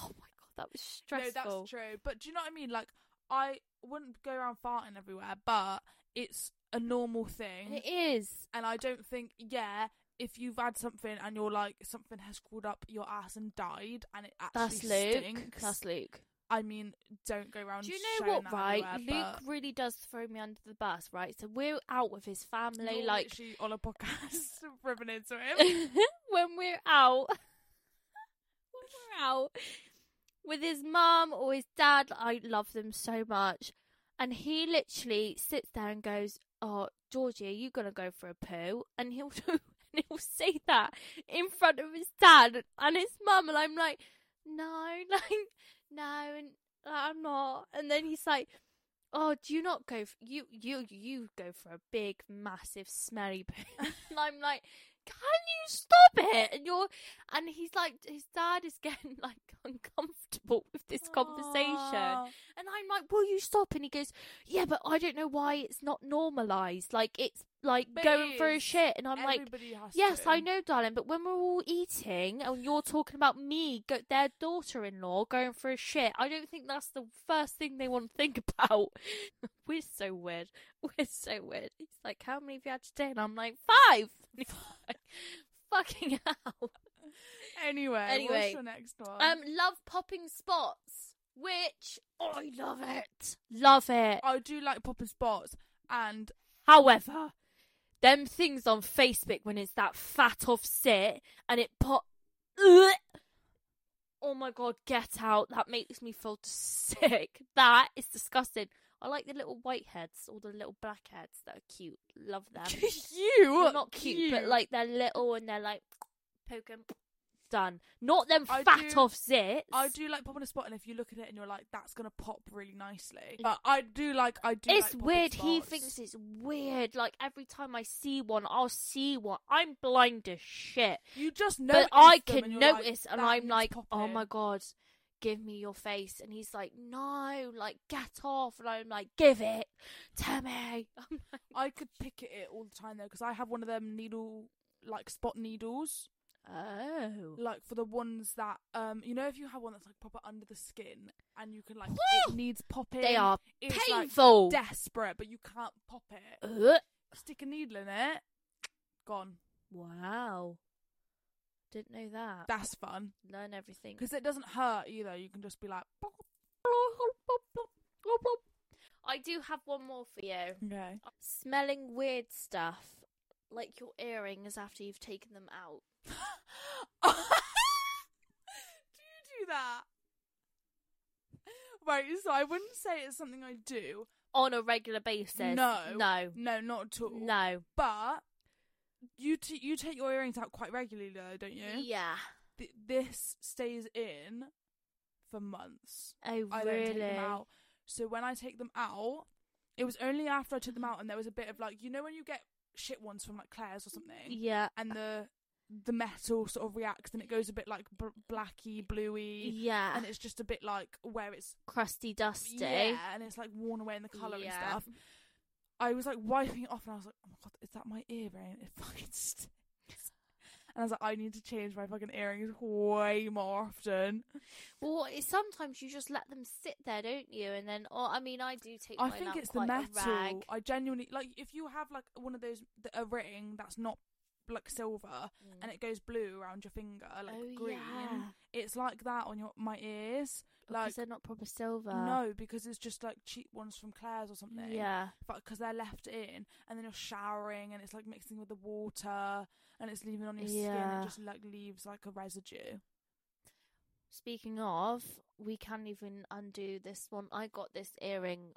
Speaker 1: Oh my god, that was stressful.
Speaker 2: No, that's true. But do you know what I mean? Like, I wouldn't go around farting everywhere, but it's a normal thing.
Speaker 1: It is.
Speaker 2: and I don't think, yeah, if you've had something and you're like, something has crawled up your ass and died, and it
Speaker 1: That's
Speaker 2: actually
Speaker 1: Luke.
Speaker 2: stinks.
Speaker 1: That's Luke.
Speaker 2: I mean, don't go around.
Speaker 1: Do you know
Speaker 2: showing
Speaker 1: what,
Speaker 2: that
Speaker 1: right?
Speaker 2: everywhere,
Speaker 1: Luke
Speaker 2: but
Speaker 1: really does throw me under the bus, right? So we're out with his family,
Speaker 2: you're
Speaker 1: like
Speaker 2: literally on a podcast, ripping into him.
Speaker 1: when we're out, when we're out with his mum or his dad, I love them so much. And he literally sits there and goes, "Oh, Georgie, are you gonna go for a poo?" And he'll do, and he'll say that in front of his dad and his mum, and I'm like, "No, like, no, and I'm not." And then he's like. Oh, do you not go? For, you you you go for a big, massive, smelly poo, and I'm like, can you stop it? And you're, and he's like, his dad is getting like uncomfortable with this conversation.
Speaker 2: Aw.
Speaker 1: And I'm like, will you stop? And he goes, yeah, but I don't know why it's not normalized. Like it's like
Speaker 2: But it
Speaker 1: going for a
Speaker 2: is.
Speaker 1: shit. And I'm like,
Speaker 2: Everybody has
Speaker 1: yes,
Speaker 2: to.
Speaker 1: I know, darling, but when we're all eating and you're talking about me, go- their daughter-in-law going for a shit, I don't think that's the first thing they want to think about. we're so weird. We're so weird. He's like, how many have you had today? And I'm like, five. And he's like, Fucking hell.
Speaker 2: Anyway,
Speaker 1: Anyway,
Speaker 2: what's your next one?
Speaker 1: Um, love popping spots, which I love it. Love it.
Speaker 2: I do like popping spots, and
Speaker 1: However, them things on Facebook when it's that fat off sit and it pop. Ugh. Oh my god, get out. That makes me feel sick. That is disgusting. I like the little white heads or the little black heads that are cute. Love them.
Speaker 2: you
Speaker 1: Um, Well, not cute, but like they're little and they're like poking. Done. Not them
Speaker 2: I
Speaker 1: fat
Speaker 2: do-
Speaker 1: off zits.
Speaker 2: I do like popping a spot, and if you look at it and you're like, "That's gonna pop really nicely," but I do like I do.
Speaker 1: It's
Speaker 2: like popping
Speaker 1: weird. He
Speaker 2: spots.
Speaker 1: thinks it's weird. Like every time I see one, I'll see one. I'm blind as shit.
Speaker 2: you just know,
Speaker 1: but I can notice, and I'm like, oh my god, give me your face. And he's like, no, like get off. And I'm like, give it to me. I'm like,
Speaker 2: I could pick at it all the time though, because I have one of them needle like spot needles,
Speaker 1: oh,
Speaker 2: like for the ones that um, you know, if you have one that's like proper under the skin, and you can like
Speaker 1: Whew!
Speaker 2: it needs popping.
Speaker 1: they are
Speaker 2: it's, like,
Speaker 1: painful. Uh.
Speaker 2: desperate, but you can't pop it.
Speaker 1: Ugh.
Speaker 2: Stick a needle in it, gone.
Speaker 1: wow, didn't know that.
Speaker 2: That's fun
Speaker 1: Learn everything.
Speaker 2: because it doesn't hurt either. You can just be like,
Speaker 1: I do have one more for you.
Speaker 2: okay.
Speaker 1: smelling weird stuff, like your earrings after you've taken them out.
Speaker 2: do you do that? Right, so I wouldn't say it's something I do.
Speaker 1: On a regular basis.
Speaker 2: No.
Speaker 1: No.
Speaker 2: No, not at all.
Speaker 1: No.
Speaker 2: But you t- you take your earrings out quite regularly, though, don't you?
Speaker 1: Yeah.
Speaker 2: Th- this stays in for months.
Speaker 1: Oh,
Speaker 2: I
Speaker 1: really?
Speaker 2: don't take them out. So when I take them out, it was only after I took
Speaker 1: Mm-hmm.
Speaker 2: them out, and there was a bit of like, you know, when you get shit ones from like Claire's or something,
Speaker 1: Yeah.
Speaker 2: and the the metal sort of reacts, and it goes a bit like bl- blacky, bluey.
Speaker 1: Yeah.
Speaker 2: and it's just a bit like where it's
Speaker 1: crusty dusty.
Speaker 2: yeah, and it's like worn away in the color
Speaker 1: Yeah.
Speaker 2: and stuff. I was like wiping it off, and I was like, "Oh my god, is that my earring? It fucking stinks." And I was like, "I need to change my fucking earrings way more often."
Speaker 1: Well, it, sometimes you just let them sit there, don't you? And then, or I mean, I do take.
Speaker 2: I
Speaker 1: mine
Speaker 2: think
Speaker 1: out
Speaker 2: it's the
Speaker 1: quite a
Speaker 2: metal.
Speaker 1: rag.
Speaker 2: I genuinely like if you have like one of those th- a ring that's not like silver
Speaker 1: Mm.
Speaker 2: and it goes blue around your finger, like
Speaker 1: oh
Speaker 2: green.
Speaker 1: yeah,
Speaker 2: It's like that on your my ears.
Speaker 1: because
Speaker 2: Like
Speaker 1: they're not proper silver.
Speaker 2: no, because it's just like cheap ones from Claire's or something.
Speaker 1: Yeah.
Speaker 2: because they're left in, and then you're showering, and it's like mixing with the water, and it's leaving on your skin.
Speaker 1: Yeah.
Speaker 2: It just like leaves like a residue.
Speaker 1: Speaking of, we can even undo this one. I got this earring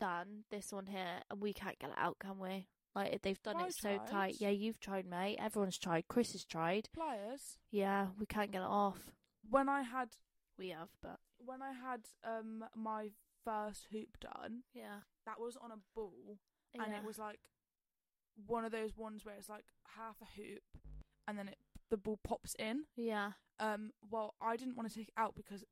Speaker 1: done, this one here, and we can't get it out, can we? Like they've done
Speaker 2: I
Speaker 1: it so tight.
Speaker 2: tried.
Speaker 1: Yeah, you've tried, mate. Everyone's tried. Chris has tried.
Speaker 2: Pliers.
Speaker 1: Yeah, we can't get it off.
Speaker 2: When I had
Speaker 1: We have, but
Speaker 2: when I had um my first hoop done,
Speaker 1: yeah,
Speaker 2: that was on a ball, and it was like one of those ones where it's like half a hoop, and then it the ball pops in.
Speaker 1: yeah,
Speaker 2: Um, well, I didn't want to take it out because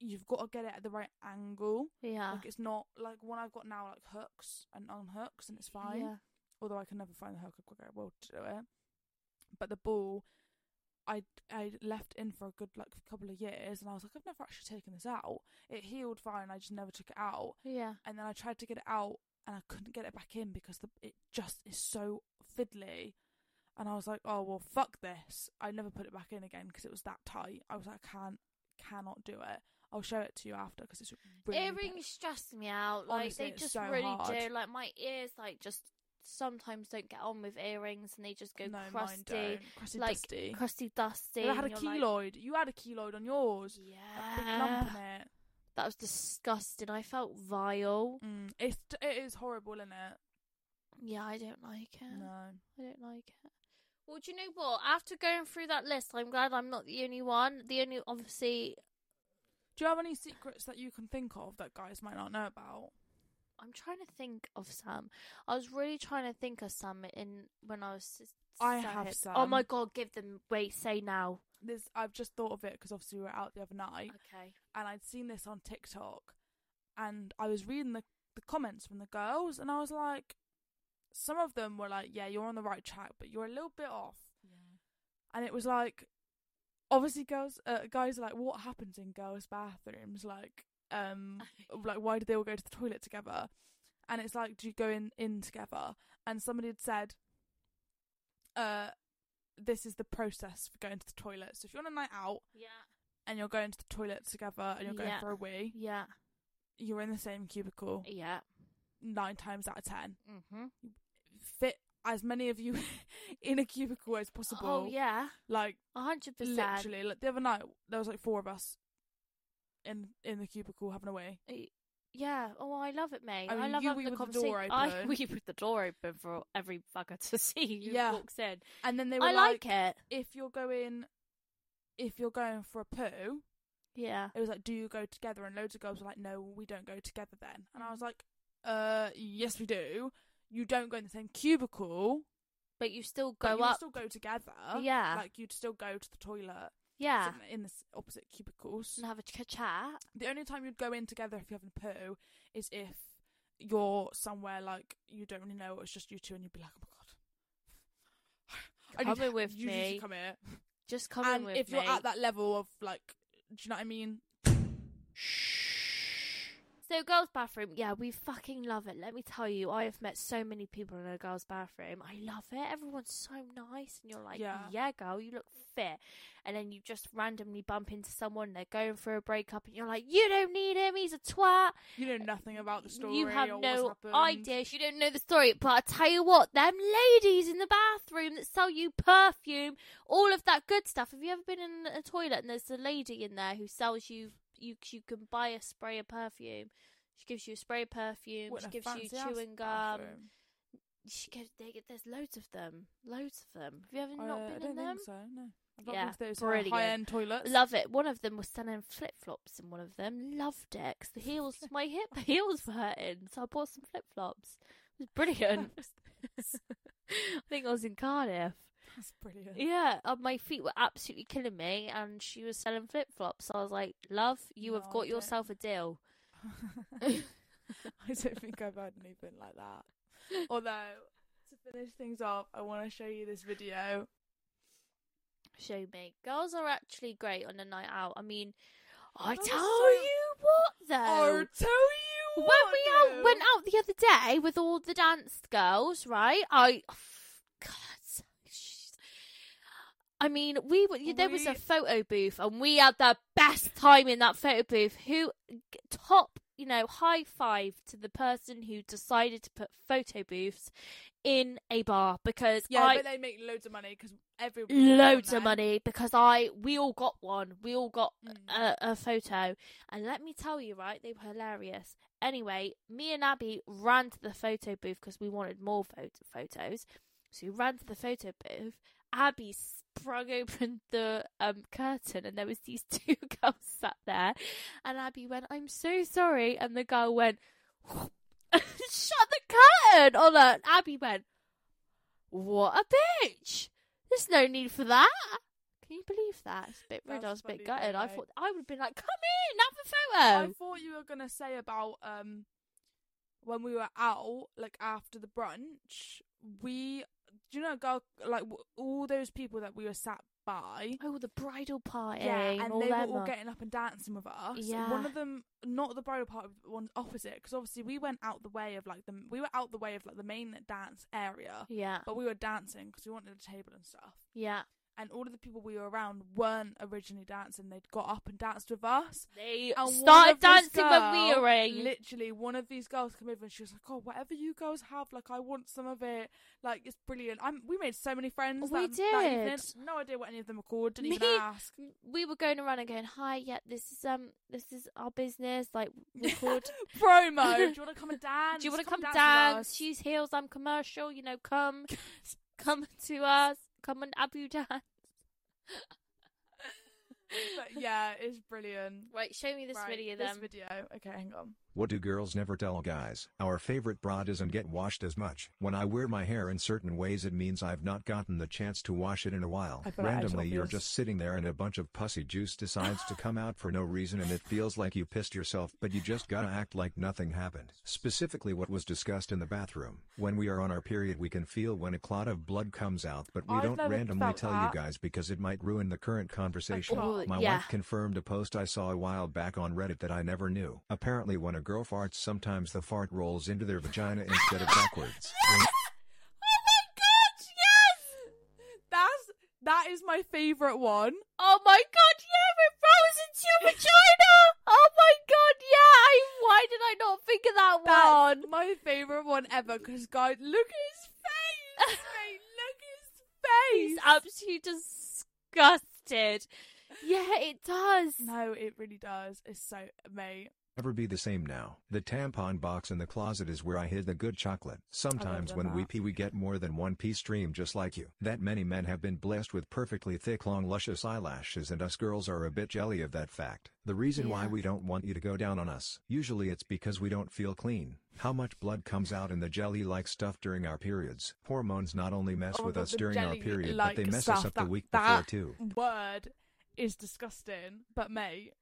Speaker 2: you've got to get it at the right angle.
Speaker 1: yeah,
Speaker 2: Like it's not like one I've got now, like hooks and unhooks, and it's fine.
Speaker 1: Yeah.
Speaker 2: although I can never find the hook I quick will to do it. But the ball, I I left in for a good like couple of years, and I was like, I've never actually taken this out. It healed fine, I just never took it out,
Speaker 1: yeah.
Speaker 2: and then I tried to get it out, and I couldn't get it back in because the it just is so fiddly. And I was like, oh well, fuck this. I never put it back in again because it was that tight. I was like, I can't, cannot do it. I'll show it to you after because it's really
Speaker 1: Earrings stress me out. Like
Speaker 2: Honestly,
Speaker 1: they
Speaker 2: it's
Speaker 1: just
Speaker 2: so
Speaker 1: really
Speaker 2: hard.
Speaker 1: do. Like my ears, like just sometimes don't get on with earrings, and they just go
Speaker 2: no, mine
Speaker 1: crusty,
Speaker 2: don't. crusty,
Speaker 1: like
Speaker 2: dusty.
Speaker 1: crusty, dusty.
Speaker 2: I had a
Speaker 1: and you're like,
Speaker 2: keloid. You had a keloid on yours. A big lump
Speaker 1: yeah,
Speaker 2: in it.
Speaker 1: that was disgusting. I felt vile.
Speaker 2: Mm, it's it is horrible, isn't it?
Speaker 1: Yeah, I don't like it.
Speaker 2: No.
Speaker 1: I don't like it. Well, do you know what? After going through that list, I'm glad I'm not the only one. The only, obviously,
Speaker 2: Do you have any secrets that you can think of that guys might not know about?
Speaker 1: I'm trying to think of some. I was really trying to think of some in when I was. s-
Speaker 2: I have
Speaker 1: sad. Oh my
Speaker 2: some.
Speaker 1: god! Give them. Wait, say now.
Speaker 2: This I've just thought of it because obviously we were out the other night
Speaker 1: Okay.
Speaker 2: and I'd seen this on TikTok, and I was reading the the comments from the girls and I was like, some of them were like, "Yeah, you're on the right track, but you're a little bit off." Mm, And it was like, obviously, girls, uh, guys are like, "What happens in girls' bathrooms?" Like, um, like why do they all go to the toilet together and it's like do you go in in together and somebody had said uh this is the process for going to the toilet so if you're on a night out
Speaker 1: Yeah.
Speaker 2: and you're going to the toilet together and you're going
Speaker 1: Yeah.
Speaker 2: for a wee
Speaker 1: Yeah.
Speaker 2: you're in the same cubicle
Speaker 1: Yeah.
Speaker 2: nine times out of ten
Speaker 1: Mhm.
Speaker 2: fit as many of you in a cubicle as possible
Speaker 1: Oh yeah.
Speaker 2: like
Speaker 1: A hundred percent.
Speaker 2: literally like the other night there was like four of us in in the cubicle having a wee
Speaker 1: Yeah. Oh, I love it, mate.
Speaker 2: I
Speaker 1: I,
Speaker 2: mean,
Speaker 1: love
Speaker 2: you wee
Speaker 1: having the
Speaker 2: with the door
Speaker 1: conversation. I
Speaker 2: open.
Speaker 1: we with the door open for every fucker to see who
Speaker 2: Yeah.
Speaker 1: walks in.
Speaker 2: and then they were
Speaker 1: I like it.
Speaker 2: if you're going if you're going for a poo,
Speaker 1: Yeah.
Speaker 2: it was like, do you go together? And loads of girls were like, no, we don't go together then. And I was like, uh, yes, we do. You don't go in the same cubicle,
Speaker 1: But you still
Speaker 2: but
Speaker 1: go
Speaker 2: you
Speaker 1: up.
Speaker 2: still go together.
Speaker 1: Yeah.
Speaker 2: like you'd still go to the toilet
Speaker 1: yeah.
Speaker 2: sit in the s- opposite cubicles.
Speaker 1: And have a ch- chat.
Speaker 2: The only time you'd go in together if you're having a poo is if you're somewhere like you don't really know, it's just you two, and you'd be like, oh my god. I need
Speaker 1: Come in
Speaker 2: he-
Speaker 1: with
Speaker 2: you need to
Speaker 1: me.
Speaker 2: Come here.
Speaker 1: Just come in
Speaker 2: and
Speaker 1: with
Speaker 2: if you're
Speaker 1: me.
Speaker 2: at that level of like, do you know what I mean?
Speaker 1: So girls' bathroom, yeah, we fucking love it. Let me tell you, I have met so many people in a girls' bathroom. I love it. Everyone's so nice, and you're like, yeah,
Speaker 2: Yeah.
Speaker 1: girl, you look fit. And then you just randomly bump into someone. They're going for a breakup, and you're like, you don't need him. He's a twat.
Speaker 2: You know nothing about the story.
Speaker 1: you have
Speaker 2: or what's
Speaker 1: no
Speaker 2: happened.
Speaker 1: idea. um, You don't know the story. But I tell you what, them ladies in the bathroom that sell you perfume, all of that good stuff. Have you ever been in a toilet and there's a lady in there who sells you you you can buy a spray of perfume. She gives you a spray of perfume.
Speaker 2: What
Speaker 1: she
Speaker 2: a
Speaker 1: gives you
Speaker 2: fancy-ass
Speaker 1: chewing gum.
Speaker 2: bathroom.
Speaker 1: She gives, they, there's loads of them, loads of them. Have you ever
Speaker 2: Uh,
Speaker 1: not
Speaker 2: I
Speaker 1: been
Speaker 2: don't
Speaker 1: in them?
Speaker 2: think so. No, I've not
Speaker 1: Yeah,
Speaker 2: been to those
Speaker 1: brilliant.
Speaker 2: high end toilets.
Speaker 1: Love it. One of them was selling flip flops in one of them. Loved it. 'cause the heels, my hip heels were hurting, so I bought some flip flops. It was brilliant. I think I was in Cardiff.
Speaker 2: That's brilliant.
Speaker 1: Yeah, uh, my feet were absolutely killing me, and she was selling flip flops. So I was like, "Love, you
Speaker 2: No,
Speaker 1: have
Speaker 2: I
Speaker 1: got
Speaker 2: don't.
Speaker 1: yourself a deal."
Speaker 2: I don't think I've had anything like that. Although, to finish things off, I want to show you this video.
Speaker 1: Show me. Girls are actually great on a night out. I mean, I
Speaker 2: That
Speaker 1: tell
Speaker 2: was so-
Speaker 1: you what though.
Speaker 2: I'll tell you
Speaker 1: Oh. when
Speaker 2: what,
Speaker 1: we
Speaker 2: though.
Speaker 1: out, went out the other day with all the dance girls, right? I, God, sh- I mean, we were there was a
Speaker 2: We-
Speaker 1: photo booth, and we had the best time in that photo booth. Who g- top, you know, high five to the person who decided to put photo booths in a bar because
Speaker 2: Yeah,
Speaker 1: I
Speaker 2: but they make loads of money because everybody
Speaker 1: loads of money because I we all got one. We all got a, a photo. And let me tell you, right, they were hilarious. Anyway, me and Abby ran to the photo booth because we wanted more photo- photos. So we ran to the photo booth. Abby sprung open the um, curtain and there was these two girls sat there. And Abby went, I'm so sorry. And the girl went, shut the curtain on her. And Abby went, what a bitch. There's no need for that. Can you believe that? It's a bit rude.
Speaker 2: That's
Speaker 1: I was a bit
Speaker 2: funny,
Speaker 1: gutted. I
Speaker 2: though.
Speaker 1: thought I would have been like, come in, have a
Speaker 2: I
Speaker 1: photo.
Speaker 2: thought you were gonna say about um when we were out, like after the brunch, we do you know, girl, like w- all those people that we were sat by.
Speaker 1: Oh, the bridal party.
Speaker 2: Yeah, and
Speaker 1: all
Speaker 2: they were
Speaker 1: them
Speaker 2: all
Speaker 1: are-
Speaker 2: getting up and dancing with us.
Speaker 1: Yeah.
Speaker 2: One of them, not the bridal party, but the one opposite, because obviously we went out the way of like the we were out the way of like the main dance area,
Speaker 1: Yeah,
Speaker 2: but we were dancing because we wanted a table and stuff.
Speaker 1: yeah.
Speaker 2: And all of the people we were around weren't originally dancing; they'd got up and danced with us.
Speaker 1: They
Speaker 2: And one
Speaker 1: started
Speaker 2: of this
Speaker 1: dancing when we
Speaker 2: girl-
Speaker 1: arranged.
Speaker 2: Literally, one of these girls came over and she was like, "Oh, whatever you girls have, like, I want some of it. Like, it's brilliant. I'm, we made so many friends.
Speaker 1: We
Speaker 2: that, that evening.
Speaker 1: did.
Speaker 2: No idea what any of them were called. Didn't
Speaker 1: Me-
Speaker 2: even ask.
Speaker 1: We were going around and going, "Hi, yeah, this is um, this is our business. Like, we're called.
Speaker 2: Promo. Do you want to come and dance?
Speaker 1: do you want to come,
Speaker 2: dance? with
Speaker 1: dance?
Speaker 2: us?"
Speaker 1: She's heels. I'm commercial. You know, come, come to us. Come and Abu dance.
Speaker 2: But yeah, it's brilliant.
Speaker 1: Right, show me this
Speaker 2: Right,
Speaker 1: video
Speaker 2: this
Speaker 1: then.
Speaker 2: video. Okay, hang on.
Speaker 3: What do girls never tell guys? Our favorite bra doesn't get washed as much. When I wear my hair in certain ways, it means I've not gotten the chance to wash it in a while.
Speaker 2: I feel like I
Speaker 3: Randomly,
Speaker 2: shall
Speaker 3: you're
Speaker 2: feel-
Speaker 3: just sitting there and a bunch of pussy juice decides to come out for no reason, and it feels like you pissed yourself, but you just gotta act like nothing happened. Specifically, what was discussed in the bathroom. When we are on our period, we can feel when a clot of blood comes out, but we
Speaker 2: I've
Speaker 3: don't
Speaker 2: never
Speaker 3: randomly
Speaker 2: felt
Speaker 3: tell
Speaker 2: that.
Speaker 3: you guys because it might ruin the current conversation.
Speaker 1: Oh,
Speaker 3: My
Speaker 1: yeah.
Speaker 3: wife confirmed a post I saw a while back on Reddit that I never knew. Apparently, when a girl farts, sometimes the fart rolls into their vagina instead of backwards.
Speaker 1: Oh
Speaker 3: When-
Speaker 1: my god, yes!
Speaker 2: That's that is my favorite one.
Speaker 1: Oh my god, yeah, it froze into your vagina! Oh my god, yeah! I, why did I not think of that
Speaker 2: That's
Speaker 1: one?
Speaker 2: my favorite one ever. Because guys, look at his face. mate, look at his face.
Speaker 1: He's absolutely disgusted. Yeah, it does.
Speaker 2: No, it really does. It's so mate.
Speaker 3: Never be the same now. The tampon box in the closet is where I hid the good chocolate. Sometimes when we
Speaker 2: that.
Speaker 3: pee, we get more than one pee stream, just like you. That many men have been blessed with perfectly thick, long, luscious eyelashes, and us girls are a bit jelly of that fact. The reason why
Speaker 1: Yeah.
Speaker 3: we don't want you to go down on us. Usually, it's because we don't feel clean. How much blood comes out in the jelly-like stuff during our periods? Hormones not only mess
Speaker 2: Oh my
Speaker 3: with
Speaker 2: God,
Speaker 3: us
Speaker 2: the
Speaker 3: during our
Speaker 2: jelly
Speaker 3: period,
Speaker 2: like
Speaker 3: but they mess
Speaker 2: stuff,
Speaker 3: us up
Speaker 2: that,
Speaker 3: the week before
Speaker 2: that
Speaker 3: too.
Speaker 2: Word is disgusting, but mate,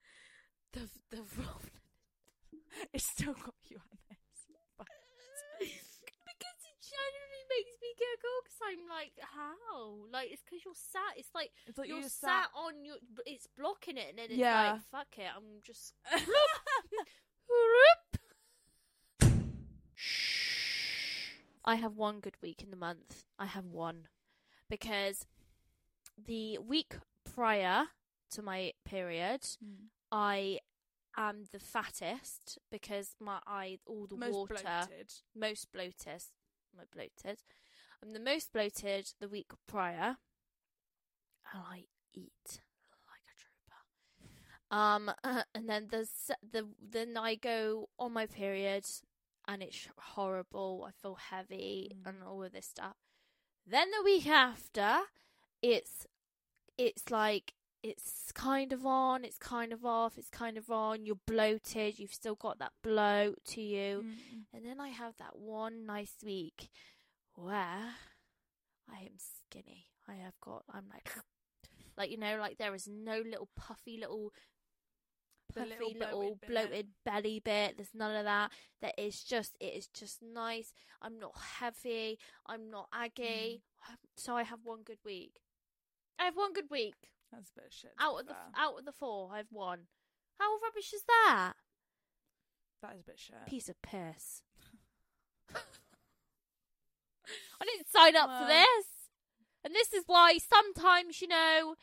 Speaker 1: The, the
Speaker 2: it's still got you on this. But
Speaker 1: because it generally makes me giggle because I'm like, how? Like, it's because you're sat. It's like
Speaker 2: it's like
Speaker 1: you're,
Speaker 2: you just
Speaker 1: sat,
Speaker 2: sat.
Speaker 1: on your. but It's blocking it, and then it's
Speaker 2: Yeah.
Speaker 1: like, fuck it, I'm just. Whoop. I have one good week in the month. I have one. Because the week prior to my period,
Speaker 2: Mm.
Speaker 1: I am the fattest because my eye, all the
Speaker 2: Most
Speaker 1: water,
Speaker 2: bloated.
Speaker 1: most bloated. My bloated. I'm the most bloated the week prior, and I eat like a trooper. Um, and then the se- the then I go on my period, and it's horrible. I feel heavy
Speaker 2: Mm.
Speaker 1: and all of this stuff. Then the week after, it's it's like it's kind of on, it's kind of off, it's kind of on. You're bloated. You've still got that bloat to you.
Speaker 2: Mm.
Speaker 1: And then I have that one nice week where I am skinny. I have got, I'm like, like, you know, like there is no little puffy little
Speaker 2: The
Speaker 1: puffy
Speaker 2: little
Speaker 1: little,
Speaker 2: bloated bit.
Speaker 1: bloated belly bit. There's none of that. That is just it is just nice. I'm not heavy. I'm not aggy.
Speaker 2: Hmm.
Speaker 1: So I have one good week. I have one good week
Speaker 2: That's a bit of shit. to
Speaker 1: out
Speaker 2: be
Speaker 1: of the
Speaker 2: fair.
Speaker 1: out of the four. I've one. How rubbish is that?
Speaker 2: that is a bit of shit.
Speaker 1: Piece of piss. I didn't sign up
Speaker 2: Well.
Speaker 1: for this. And this is why sometimes, you know,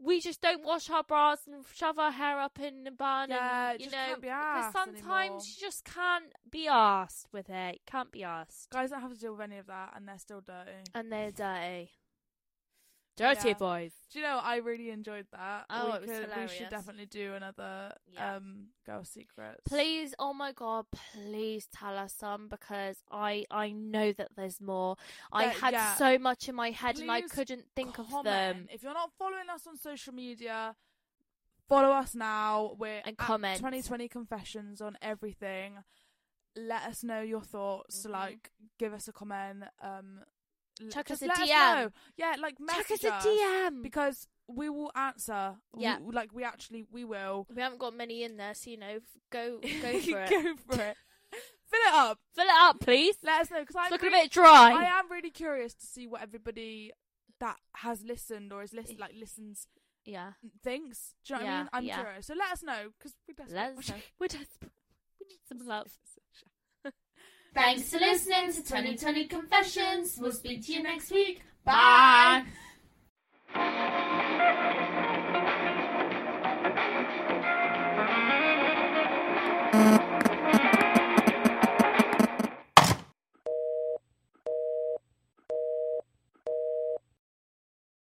Speaker 1: we just don't wash our bras and shove our hair up in a bun.
Speaker 2: Yeah,
Speaker 1: and,
Speaker 2: it
Speaker 1: you
Speaker 2: just
Speaker 1: know,
Speaker 2: can't be
Speaker 1: because
Speaker 2: arsed
Speaker 1: sometimes
Speaker 2: anymore.
Speaker 1: you just can't be arsed with it. You can't be arsed.
Speaker 2: Guys don't have to deal with any of that, and they're still dirty.
Speaker 1: And they're dirty.
Speaker 2: Dirty Yeah.
Speaker 1: boys.
Speaker 2: Do you know? I really enjoyed that.
Speaker 1: Oh,
Speaker 2: we
Speaker 1: it was
Speaker 2: We
Speaker 1: hilarious.
Speaker 2: should definitely do another
Speaker 1: Yeah.
Speaker 2: um girl secrets.
Speaker 1: Please, oh my god, please tell us some because I I know that there's more. I
Speaker 2: Yeah,
Speaker 1: had
Speaker 2: yeah.
Speaker 1: so much in my head and I
Speaker 2: Please
Speaker 1: couldn't think of
Speaker 2: Comment.
Speaker 1: them.
Speaker 2: If you're not following us on social media, follow us now. We're
Speaker 1: And
Speaker 2: at
Speaker 1: comment.
Speaker 2: 2020 confessions on everything. Let us know your thoughts.
Speaker 1: Mhm.
Speaker 2: Like, give us a comment. Um, l-
Speaker 1: Chuck us
Speaker 2: just
Speaker 1: a
Speaker 2: let
Speaker 1: DM.
Speaker 2: know. Yeah, like
Speaker 1: Chuck
Speaker 2: message
Speaker 1: us a DM.
Speaker 2: because we will answer. We-
Speaker 1: Mm. Yeah.
Speaker 2: like we actually we will
Speaker 1: We haven't got many in there, so you know, f- go go for it.
Speaker 2: go for it. Fill it up.
Speaker 1: Fill it up, please.
Speaker 2: Let us know because
Speaker 1: It's
Speaker 2: I'm
Speaker 1: looking
Speaker 2: really-
Speaker 1: a bit dry.
Speaker 2: I am really curious to see what everybody that has listened or is listen like listens mm,
Speaker 1: yeah.
Speaker 2: thinks. Do you know what
Speaker 1: Eh. Yeah,
Speaker 2: I mean? I'm
Speaker 1: yeah.
Speaker 2: curious. So let us know because we're desperate.
Speaker 1: Let's We're desperate. We need some love.
Speaker 4: Thanks for listening to 2020 Confessions. We'll speak to you next week.
Speaker 2: Bye.
Speaker 4: Bye.